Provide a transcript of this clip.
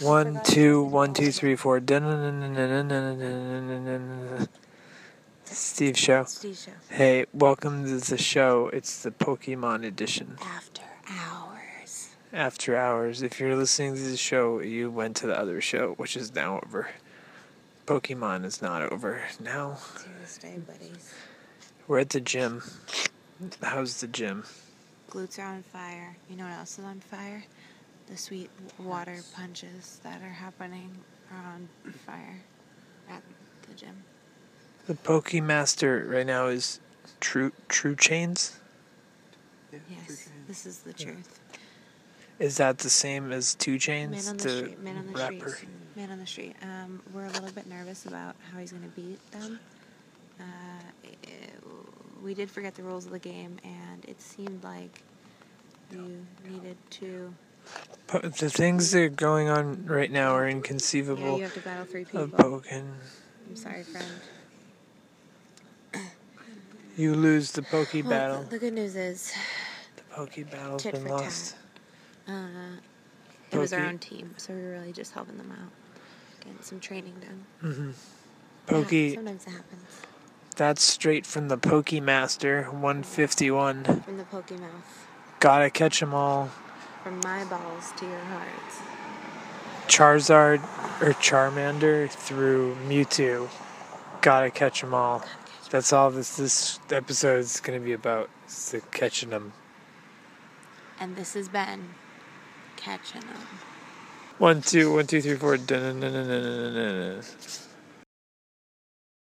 One, two, one, two, three, four. Dun-dun-dun-dun-dun-dun-dun-dun-dun-dun-dun. Steve Show. Steve Show. Hey, welcome to the show. It's the Pokemon edition. After hours. After hours, if you're listening to the show, you went to the other show, which is now over. Pokemon is not over. Now Tuesday, buddies. we're at the gym. How's the gym? Glutes are on fire. You know what else is on fire? The sweet w- water punches that are happening are on fire at the gym. The Pokemaster right now is True True Chains. Yes, this is the truth. Is that the same as Two Man Chains? on the street. Man on the rapper. street. Man on the street. Um, we're a little bit nervous about how he's going to beat them. Uh, it- it- we did forget the rules of the game, and it seemed like you needed to. Po- the things that are going on right now are Yeah, inconceivable. you have to battle three people. of Pokin. I'm sorry, friend. You lose the Poke Well, battle. The good news is, The Poke battle's tit been for tat. lost. uh, it was our Pokey. own team, so we were really just helping them out, getting some training done. Yeah, Poke, sometimes it happens that's straight from the Pokemaster 151. from the pokey mouth, Gotta catch 'em all. from my balls to your hearts. Charizard or Charmander through Mewtwo. Gotta catch 'em all. That's all this this episode's gonna be about. Is the catching them. And this has been catching them. One two one two three four. Dun, dun, dun, dun, dun, dun, dun, dun.